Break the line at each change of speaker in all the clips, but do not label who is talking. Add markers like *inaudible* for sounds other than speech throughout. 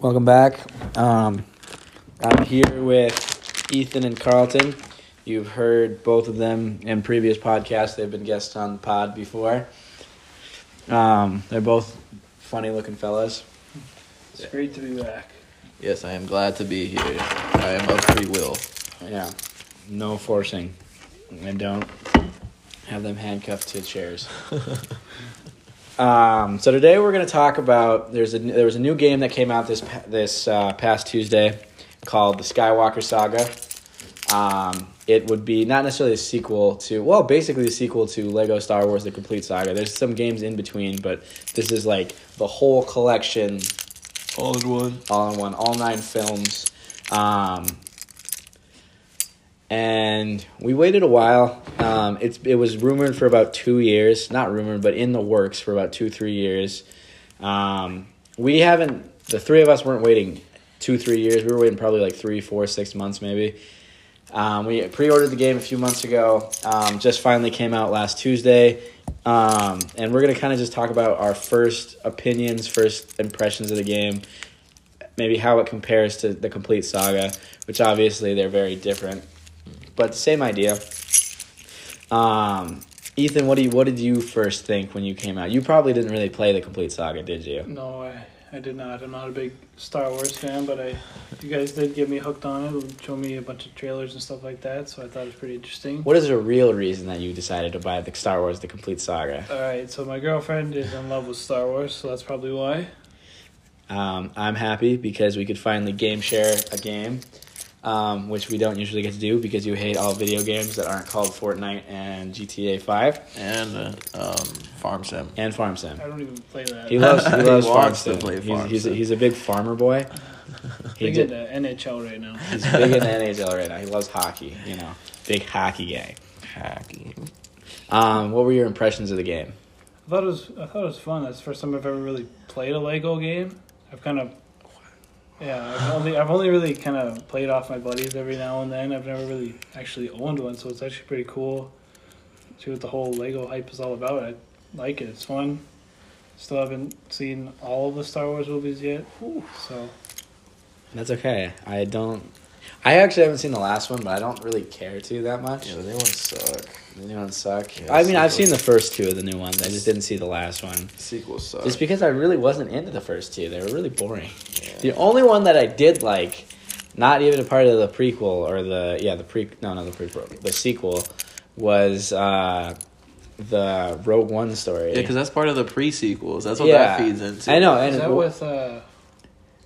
Welcome back. Um, I'm here with Ethan and Carlton. You've heard both of them in previous podcasts. They've been guests on the pod before. Um, they're both funny looking fellas.
It's great to be back.
Yes, I am glad to be here. I am of free will.
Yeah. No forcing. And don't have them handcuffed to chairs. um, so today we're going to talk about there's a there was a new game that came out this pa- this uh, past Tuesday called the Skywalker Saga. Um, it would be not necessarily a sequel to well, basically the sequel to Lego Star Wars: The Complete Saga. There's some games in between, but this is like the whole collection
All in one.
all in one, all nine films. Um, and we waited a while. Um, it's it was rumored for about two years, not rumored, but in the works for about two three years. Um, we haven't. The three of us weren't waiting two three years. We were waiting probably like three four six months maybe. Um, we pre-ordered the game a few months ago. Um, just finally came out last Tuesday, um, and we're gonna kind of just talk about our first opinions, first impressions of the game, maybe how it compares to the complete saga, which obviously they're very different, but same idea. Um, Ethan, what do you, what did you first think when you came out? You probably didn't really play the complete saga, did you?
No, I, I did not. I'm not a big Star Wars fan, but I you guys did get me hooked on it. and Show me a bunch of trailers and stuff like that, so I thought it was pretty interesting.
What is the real reason that you decided to buy the Star Wars the complete saga?
All right, so my girlfriend is in love with Star Wars, so that's probably why.
Um, I'm happy because we could finally game share a game, um, which we don't usually get to do because you hate all video games that aren't called Fortnite and GTA Five
And uh, um, farm sim.
and Farm Sim.
I don't even play that.
*laughs*
He loves he
He
loves farm
wants to
sim.
play
he's,
farm
he's, A,
sim.
he's a big farmer
*laughs*
boy. He
Big
did,
into NHL right now.
he's big
*laughs*
in the NHL right now. He loves hockey. You know, big hockey guy.
Hacking.
Um, what were your impressions of the game?
I thought it was I thought it was fun. That's the first time I've ever really played a Lego game. I've kind of yeah, I've only I've only really kind of played off my buddies every now and then. I've never really actually owned one, so it's actually pretty cool. See what the whole Lego hype is all about. I like it. It's fun. Still haven't seen all of the Star Wars movies yet, so
That's okay. I don't. I actually haven't seen the last one, but I don't really care to that much.
Yeah, the new ones suck.
The new ones suck.
Yeah,
I mean, I've
sequels.
seen the first two of the new ones. I just didn't see the last one.
Sequels suck.
It's because I really wasn't into the first two. They were really boring.
Yeah.
The only one that I did like, not even a part of the prequel or the yeah the pre no not the prequel the sequel, was uh, the Rogue One story.
Yeah, because that's part of the pre-sequels. That's what
Yeah.
that feeds into.
I know, and
is that
w-
with uh,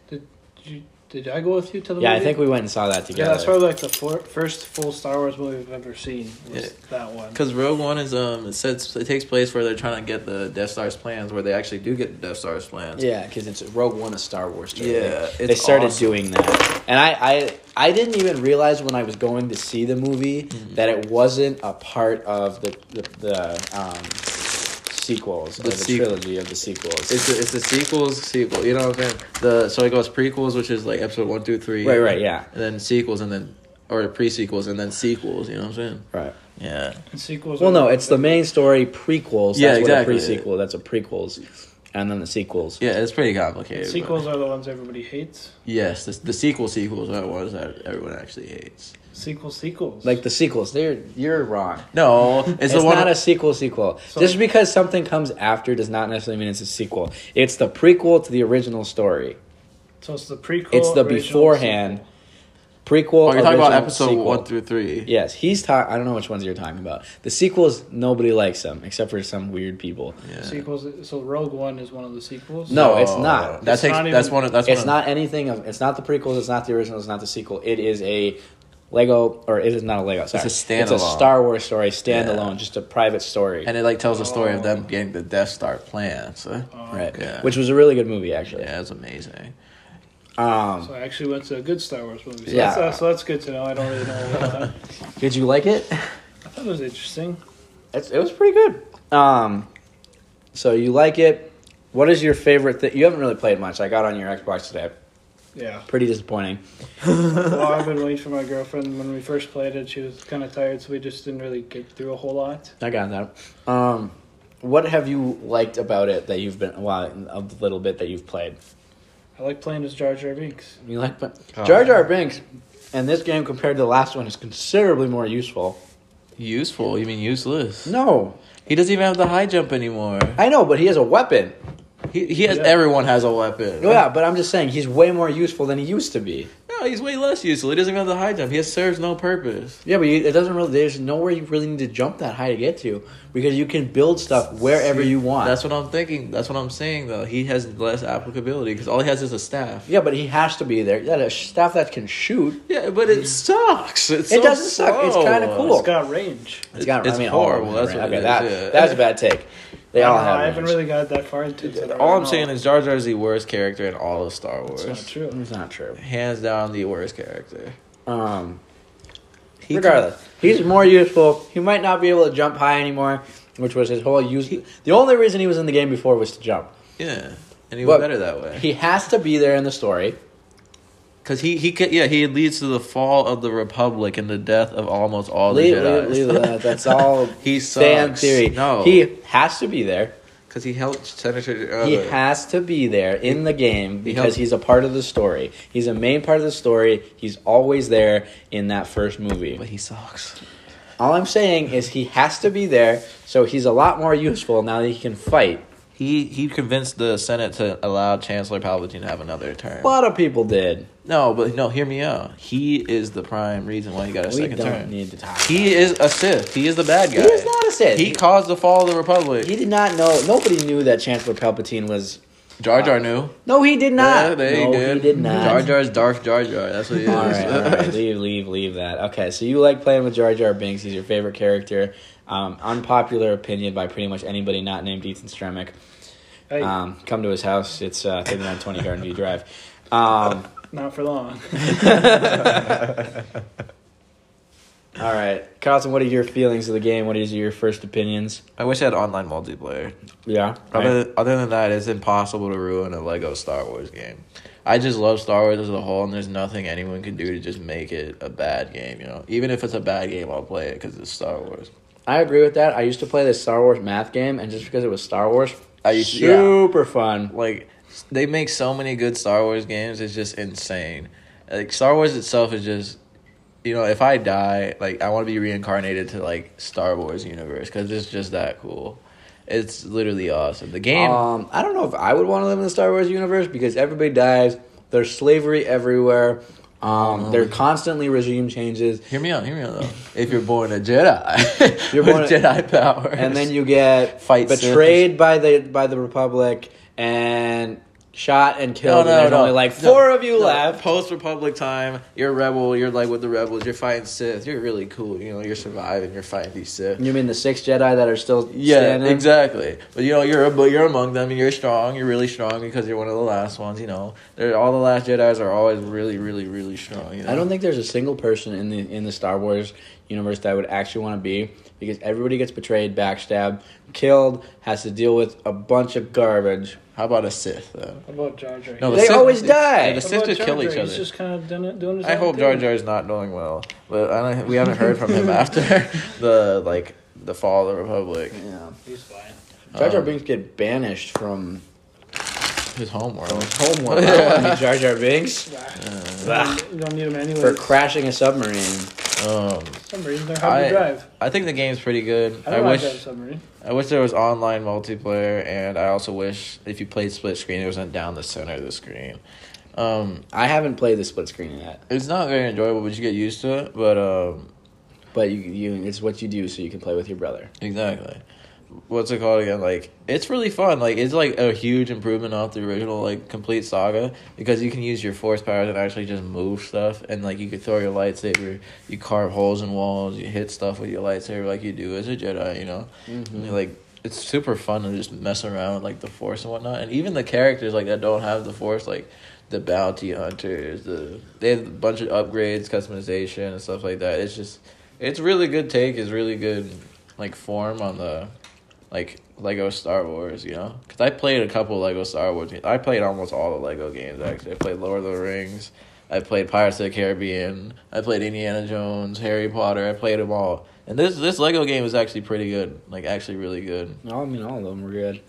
did you did I go with you to the
yeah, I
movie?
think we went and saw that together.
Yeah, that's probably like the fir- first full Star Wars movie I've ever seen. Was
Yeah.
that one?
Because Rogue One is um, it says it takes place where they're trying to get the Death Star's plans, where they actually do get the Death Star's plans.
Yeah, because it's Rogue One, a Star Wars story.
Yeah,
They- they
it's
started
awesome.
doing that, and I, I, I didn't even realize when I was going to see the movie
Mm-hmm.
that it wasn't a part of the the, the um, sequels
The
or the
sequ-
trilogy of the sequels.
It's a, it's a sequels sequel. You know what I'm saying? The so it goes prequels, which is like episode one, two, three.
Right, right, yeah.
And then sequels, and then or pre sequels, and then sequels. You know what I'm saying?
right.
Yeah.
And sequels.
Well,
are-
no, it's the main story prequels. That's
Yeah,
What
exactly.
a pre-sequel. That's a prequels, and then the sequels.
Yeah, it's pretty complicated. but-
Sequels are the ones everybody hates.
Yes, the, the sequel sequels are the ones that everyone actually hates.
Sequel sequels.
Like the sequels, they're you're wrong.
No,
It's,
it's the one.
not a sequel sequel.
So-
Just because something comes after does not necessarily mean it's a sequel. It's the prequel to the original story.
so it's the prequel.
It's the
original
beforehand
sequel.
prequel.
oh, you're talking
original,
about episode
sequel.
one through three.
Yes, he's talking. I don't know which ones you're talking about. The sequels, nobody likes them except for some weird people.
Yeah.
Sequels. So Rogue One is one of the sequels.
No, it's not.
That
It's
takes.
not even-
that's one. Of, that's
It's
one of-
not anything. Of, it's not the prequels. It's not the original. It's not the sequel. It is a Lego, or it is not a Lego. Sorry. It's a
standalone.
Star Wars story, standalone,
Yeah.
just a private story.
and it like tells the story of them getting the Death Star plans. So.
Oh,
right,
yeah.
Uh, which was a really good movie, actually.
Yeah, it's amazing.
Um,
So I actually went to a good Star Wars movie. So
Yeah.
yeah. That's, so that's good to know. I don't really know. What that.
did you like it? *laughs*
I thought it was interesting.
It's, it was pretty good. Um, so you like it? What is your favorite thing? You haven't really played much. I got on your Xbox today.
Yeah.
Pretty disappointing.
Well, I've been waiting for my girlfriend. When we first played it, she was kind of tired, so we just didn't really get through a whole lot.
I got that. Um, what have you liked about it that you've been well, a little bit that you've played?
I like playing as Jar Jar Binks.
You like but
Oh.
Jar Jar Binks in this game compared to the last one is considerably more useful.
Useful? You mean useless?
No,
He doesn't even have the high jump anymore.
I know, but he has a weapon.
He, he has.
Yeah.
Everyone has a weapon.
No, Oh, yeah, but I'm just saying he's way more useful than he used to be.
No, he's way less useful. He doesn't even have the high jump. He has, serves no purpose.
Yeah, but you, it doesn't really. There's nowhere you really need to jump that high to get to because you can build stuff wherever you want.
That's what I'm thinking. That's what I'm saying though. He has less applicability because all he has is a staff.
yeah, but he has to be there. Yeah, the staff that can shoot.
Yeah, but it sucks. It's
It
so
doesn't suck. It's
slow.
kinda cool.
It's got range.
It's got.
It's
I mean, all of
horrible,
them,
that's what
okay,
it is,
that
yeah.
that was a bad take. They all
I, don't know,
have.
I haven't
range.
really got that far into it. so I don't
All I'm
know.
saying is Jar Jar is the worst character in all of Star Wars.
it's not true.
It's not true.
Hands down, the worst character.
Um,
He
regardless, he's more useful. He might not be able to jump high anymore, which was his whole use. the only reason he was in the game before was to jump.
Yeah, and he
But-
was better that way.
He has to be there in the story.
Cause he he could, yeah he leads to the fall of the republic and the death of almost all the
Leave-
Jedi.
leave- leave
*laughs*
that. That's all
he
Fan
sucks.
theory.
No,
he has to be there.
because he helped Senator. Uh,
He has to be there in the game
He
because
helped-
he's a part of the story. He's a main part of the story. He's always there in that first movie.
but he sucks.
All I'm saying is he has to be there, so he's a lot more useful now that he can fight.
He he convinced the Senate to allow Chancellor Palpatine to have another term.
A lot of people did.
No, but no, hear me out. He is the prime reason why he got a
We
second
don't
term.
need to talk.
he is a Sith. He is the bad guy.
He is not a Sith.
He
He,
caused the fall of the republic.
he did not know. Nobody knew that Chancellor Palpatine was.
Jar Jar knew.
No, he did not.
Yeah, they
no,
did.
he did not.
Jar Jar's Darth Jar Jar. That's what he is.
all right, all right. Leave, leave, leave that. Okay, so you like playing with Jar Jar Binks. He's your favorite character. Um, unpopular opinion by pretty much anybody not named Ethan Stremick.
Hey,
Um, come to his house. It's
*laughs*
uh, 3920 Garden View Drive. Um, *laughs*
not for long. *laughs*
all right. Carlton, what are your feelings of the game? What is your first opinions?
*laughs* I wish I had online multiplayer.
Yeah.
Other, other than that, it's impossible to ruin a Lego Star Wars game. I just love Star Wars as a whole, and there's nothing anyone can do to just make it a bad game. You know, even if it's a bad game, I'll play it because it's Star Wars.
I agree with that. I used to play this Star Wars math game, and just because it was Star Wars,
I used to- yeah.
super fun.
Like they make so many good Star Wars games, it's just insane. Like Star Wars itself is just, you know, if I die, like I want to be reincarnated to like Star Wars universe because it's just that cool. It's literally awesome. The game.
Um, I don't know if I would want to live in the Star Wars universe because everybody dies. There's slavery everywhere. Um, there are constantly regime changes,
Hear me out, hear me out though. If you're born a Jedi, *laughs*
You're
with
born a-
Jedi powers,
and then you get
*laughs* Fight Sith.
betrayed by the by the Republic and shot and
no,
killed.
no,
and there's
no.
only like
No,
four of you
no.
left.
Post Republic time, you're a rebel. You're like with the rebels. You're fighting Sith. You're really cool. You know, you're surviving. You're fighting these Sith.
You mean the six Jedi that are still
Yeah,
standing?
exactly. But you know, you're a, but you're among them, and you're strong. You're really strong because you're one of the last ones. You know, They're, all the last Jedi's are always really, really, really strong. You know?
I don't think there's a single person in the in the Star Wars universe that I would actually want to be because everybody gets betrayed, backstabbed, killed, has to deal with a bunch of garbage.
How about a Sith though?
What about Jar Jar?
No,
They
Sith-
always die.
Yeah,
What
the
What
Sith
about
would
Jar
kill
Jar?
each
He's
other.
just kind of doing, doing his
I
own
hope
thing.
Jar Jar is not doing well, but I don't, we haven't heard
*laughs*
from him after *laughs* the like the fall of the Republic.
Yeah.
He's fine.
Jar Jar
Um,
Binks get banished from
His *laughs* homeworld.
homeworld. I don't wanna be Jar Jar Binks
Uh,
You don't- you don't need him anyway.
for crashing a submarine.
Um,
some reason they're hard
I
to drive.
I think the game's pretty good.
I
I,
don't want to drive a
wish
submarine.
I wish there was online multiplayer, and I also wish if you played split screen, it wasn't down the center of the screen. Um,
I haven't played the split screen yet,
it's not very enjoyable, but you get used to it. But um,
but you, you it's what you do so you can play with your brother.
exactly. What's it called again? Like it's really fun. Like it's like a huge improvement off the original like complete saga because you can use your force powers and actually just move stuff and like you could throw your lightsaber, you carve holes in walls, you hit stuff with your lightsaber like you do as a Jedi, you know.
Mm-hmm.
And you're like it's super fun to just mess around with like the force and whatnot, and even the characters like that don't have the force, like the bounty hunters, the they have a bunch of upgrades, customization, and stuff like that. It's just it's really good take, is really good like form on the like Lego Star Wars, you know, because I played a couple Lego Star Wars. games. I played almost all the Lego games actually. I played Lord of the Rings. I played Pirates of the Caribbean. I played Indiana Jones, Harry Potter. I played them all. And this this Lego game is actually pretty good. Like actually really good.
No, I mean all of them were good.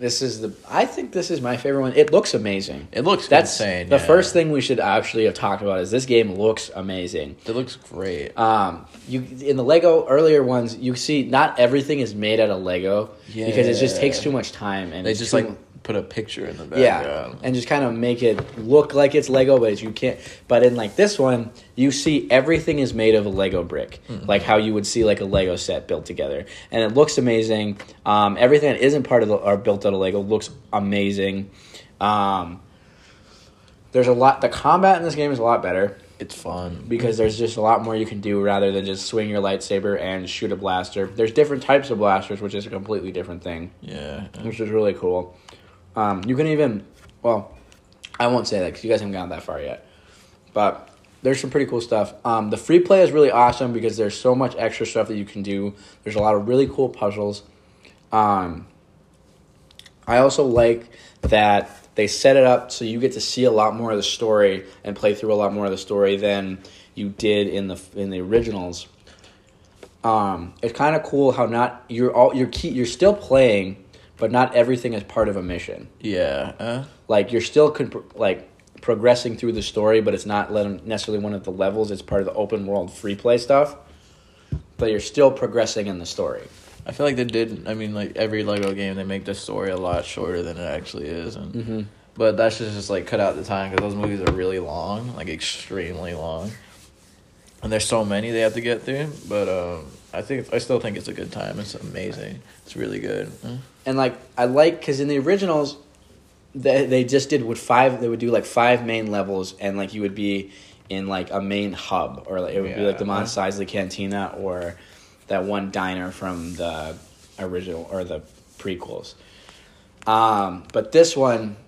This is the. I think this is my favorite one. It looks amazing.
It looks
That's
insane.
the
yeah.
first thing we should actually have talked about is this game looks amazing.
It looks great.
Um, you in the Lego earlier ones, you see not everything is made out of Lego because it just
Yeah.
takes too much time and
They
it's
just
too-
like put a picture in the
yeah,
background.
and just kind of make it look like it's Lego, but you can't. But in like this one, you see everything is made of a Lego brick, like how you would see like a Lego set built together, and it looks amazing. Um, everything that isn't part of the or built out of Lego looks amazing. Um, there's a lot. The combat in this game is a lot better
It's fun.
because there's just a lot more you can do rather than just swing your lightsaber and shoot a blaster. There's different types of blasters, which is a completely different thing,
Yeah.
which is really cool. Um, you can even, well, I won't say that because you guys haven't gotten that far yet, but there's some pretty cool stuff. Um, the free play is really awesome because there's so much extra stuff that you can do. There's a lot of really cool puzzles. Um, I also like that they set it up so you get to see a lot more of the story and play through a lot more of the story than you did in the in the originals. Um, it's kind of cool how not you're all you're key, you're still playing, but not everything is part of a mission.
Yeah. Uh,
Like you're still comp- like progressing through the story, but it's not let- necessarily one of the levels. It's part of the open world free play stuff, but you're still progressing in the story.
I feel like they did. I mean, like every Lego game, they make the story a lot shorter than it actually is, and
Mm-hmm.
but that's just, just like cut out the time because those movies are really long, like extremely long, and there's so many they have to get through. But um, I think I still think it's a good time. It's amazing. It's really good. Mm.
and like I like because in the originals, they they just did with five. They would do like five main levels, and like you would be in like a main hub, or like it would be like the
Yeah.
Mont Sisley Cantina or that one diner from the original or the prequels. Um, but this one,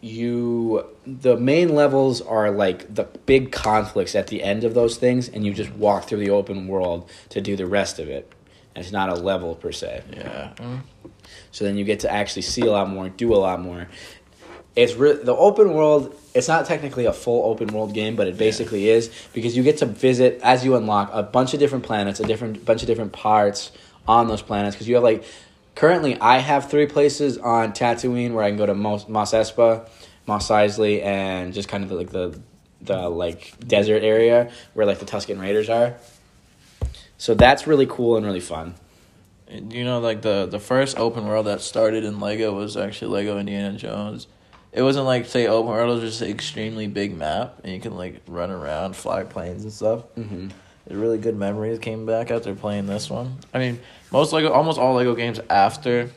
you the main levels are like the big conflicts at the end of those things, and you just walk through the open world to do the rest of it. And it's not a level per se.
Yeah. Mm.
So then you get to actually see a lot more, do a lot more. It's re- the open world. It's not technically a full open world game, but it basically is because you get to visit as you unlock a bunch of different planets, a different bunch of different parts on those planets. Because you have like currently, I have three places on Tatooine where I can go to Mos, Mos Espa, Mos Eisley, and just kind of like the the like desert area where like the Tusken Raiders are. So that's really cool and really fun.
You know, like the the first open world that started in Lego was actually Lego Indiana Jones. It wasn't like say open world; it was just an extremely big map, and you can like run around, fly planes and stuff.
Mm-hmm.
The really good memories came back after playing this one. I mean, most Lego, almost all Lego games after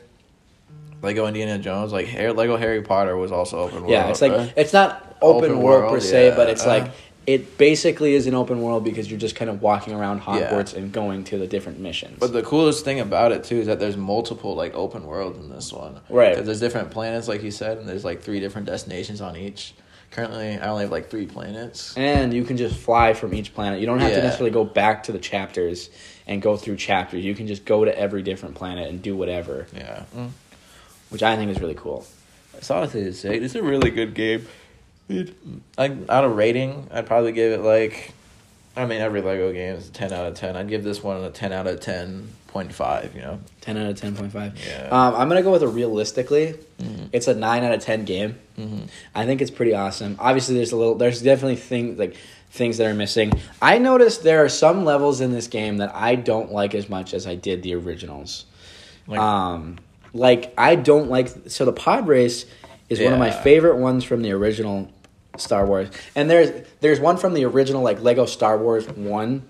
Lego Indiana Jones, like Harry, Lego Harry Potter was also open world.
Yeah, it's like
right?
it's not open,
Open
world, per
world,
se, but
yeah. uh-huh.
it's like it basically is an open world because you're just kind of walking around
Yeah.
Hogwarts and going to the different missions.
But the coolest thing about it too is that there's multiple like open world in this one.
Right.
'Cause there's different planets, like you said, and there's like three different destinations on each. Currently, I only have like three planets.
and you can just fly from each planet. You don't have to
Yeah.
necessarily go back to the chapters and go through chapters. You can just go to every different planet and do whatever,
Yeah. Mm.
which I think is really cool.
Solitude is sick. It's a really good game. It- Like out of rating, I'd probably give it like, I mean, every Lego game is a ten out of ten. I'd give this one a ten out of ten point five. You know.
Ten out of ten point five.
Yeah.
Um, I'm gonna go with a realistically. It's a nine out of ten game. I think it's pretty awesome. Obviously, there's a little. There's definitely things like things that are missing. I noticed there are some levels in this game that I don't like as much as I did the originals.
Like,
Um, like I don't like so the pod race is one of my
Yeah.
favorite ones from the original Star Wars, and there's there's one from the original like Lego Star Wars one,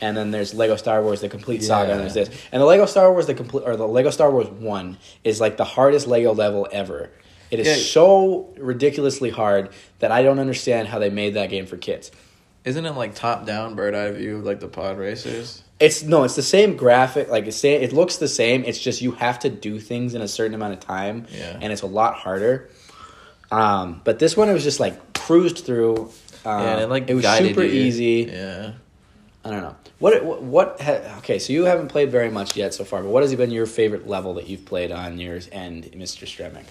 and then there's Lego Star Wars the complete saga, and
Yeah.
there's this, and the Lego Star Wars the complete or the Lego Star Wars one is like the hardest Lego level ever. It is
Yeah.
so ridiculously hard that I don't understand how they made that game for kids.
isn't it like top down bird eye view of like the pod racers?
It's no, it's the same graphic. Like it's it looks the same. It's just you have to do things in a certain amount of time,
Yeah.
and it's a lot harder. Um, but this one, it was just like cruised through. Um,
yeah, and it like
it was
guided
super
you.
easy.
Yeah. *laughs*
I don't know what what, what ha- okay. So you haven't played very much yet so far, but what has been your favorite level that you've played on yours and Mr. Stremick?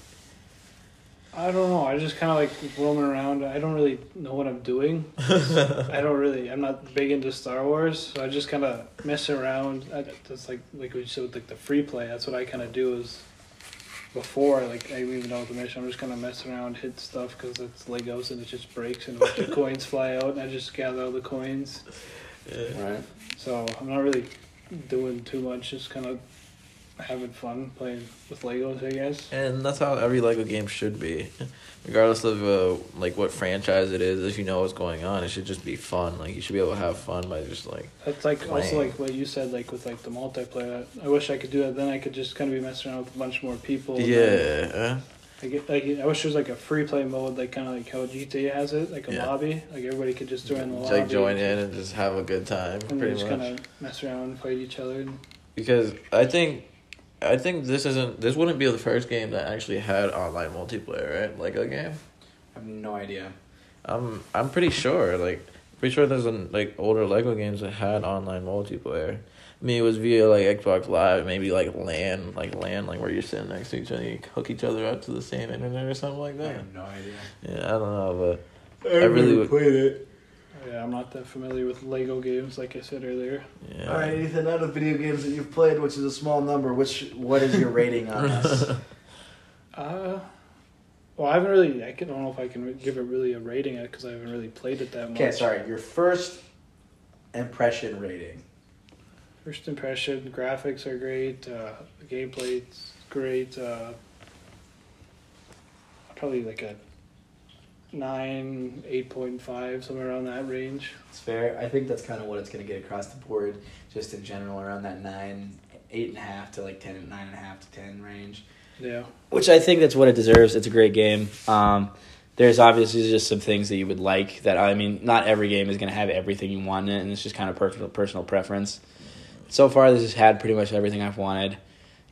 I don't know. I just kind of like roaming around. I don't really know what I'm doing. I don't really. I'm not big into Star Wars, so I just kind of mess around. I, that's like like we said with like the free play. That's what I kind of do is before like I even know the mission. I'm just gonna mess around, hit stuff because it's Legos and it just breaks and a bunch of *laughs* coins fly out, and I just gather all the coins.
Right.
So I'm not really doing too much. Just kind of having fun playing with Legos, I guess.
And that's how every Lego game should be, regardless of uh, like what franchise it is. If you know what's going on, it should just be fun. Like you should be able to have fun by just like
That's like also
Playing.
like what you said, like with like the multiplayer. I wish I could do that. Then I could just kind of be messing around with a bunch more people. and then-
yeah.
I get, like, I wish there was like a free play mode, like kind of like how GTA has it, like a
Yeah.
lobby. Like everybody could just join the
Just,
lobby.
like join in and just have a good time,
And they
pretty
just
much.
kind of mess around and fight each other. And,
Because I think, I think this isn't this wouldn't be the first game that actually had online multiplayer, right? Lego game.
I have no idea.
I'm I'm pretty sure. Like pretty sure there's an, like older Lego games that had online multiplayer. I mean, it was via like Xbox Live, maybe like LAN, like LAN, like where you're sitting next to each other, you hook each other up to the same internet or something like that.
no idea.
Yeah, I don't know, but I, really would.
played it.
yeah, I'm not that familiar with Lego games, like I said earlier.
Yeah.
All right, Ethan. Out of video games that you've played, which is a small number, which what is your rating
*laughs*
on this?
Uh, well, I haven't really. I can, don't know if I can re- give it really a rating because I haven't really played it that much.
Okay, sorry. Your first impression rating.
First impression, graphics are great, uh, the gameplay's great. Uh, probably like a nine, eight point five, somewhere around that range.
It's fair. I think that's kind of what it's going to get across the board, just in general, around that nine, eight and a half to like ten, nine and a half to ten range.
Yeah,
Which I think that's what it deserves. It's a great game. Um, there's obviously just some things that you would like that I mean, not every game is going to have everything you want in it, and it's just kind of personal personal preference. So far, this has had pretty much everything I've wanted.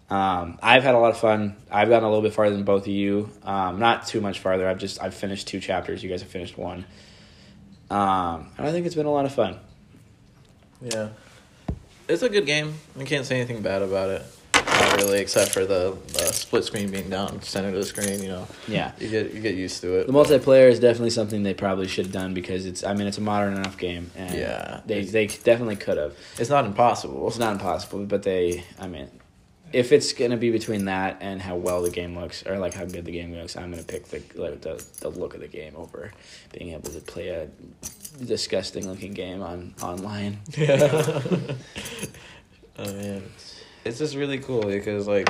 Um, I've had a lot of fun. I've gotten a little bit farther than both of you. Um, not too much farther. I've just I've finished two chapters. You guys have finished one. Um, and I think it's been a lot of fun.
Yeah. It's a good game. I can't say anything bad about it. Not really, except for the, the split screen being down center of the screen. You know,
Yeah.
you get you get used to it.
The multiplayer is definitely something they probably should have done because it's I mean it's a modern enough game and
Yeah.
they they definitely could have.
It's not impossible.
It's not impossible, but they I mean if it's gonna be between that and how well the game looks or like how good the game looks, I'm gonna pick the like the, the look of the game over being able to play a disgusting looking game on online.
*laughs* Yeah. oh man, it's just really cool because like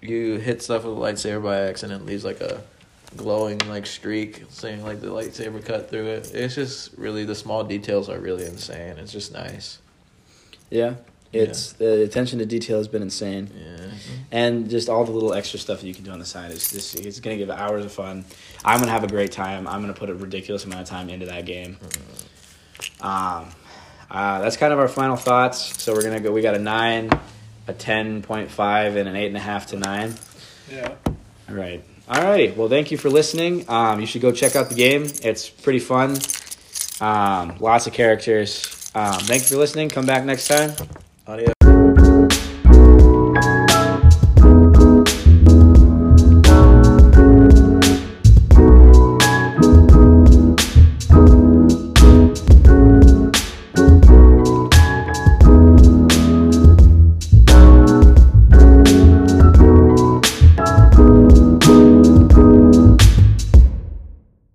you hit stuff with a lightsaber by accident, leaves like a glowing like streak, saying like the lightsaber cut through it. It's just really the small details are really insane. It's just nice.
Yeah. It's the attention to detail has been insane.
Yeah.
and just all the little extra stuff that you can do on the side is just it's gonna give hours of fun. I'm gonna have a great time. I'm gonna put a ridiculous amount of time into that game. Um, uh, that's kind of our final thoughts. So we're gonna go. We got a nine, a ten point five, and an eight and a half to nine.
yeah.
All right. All righty. Well, thank you for listening. Um, you should go check out the game. It's pretty fun. Um, lots of characters. Um, thank you for listening. Come back next time.
Audio.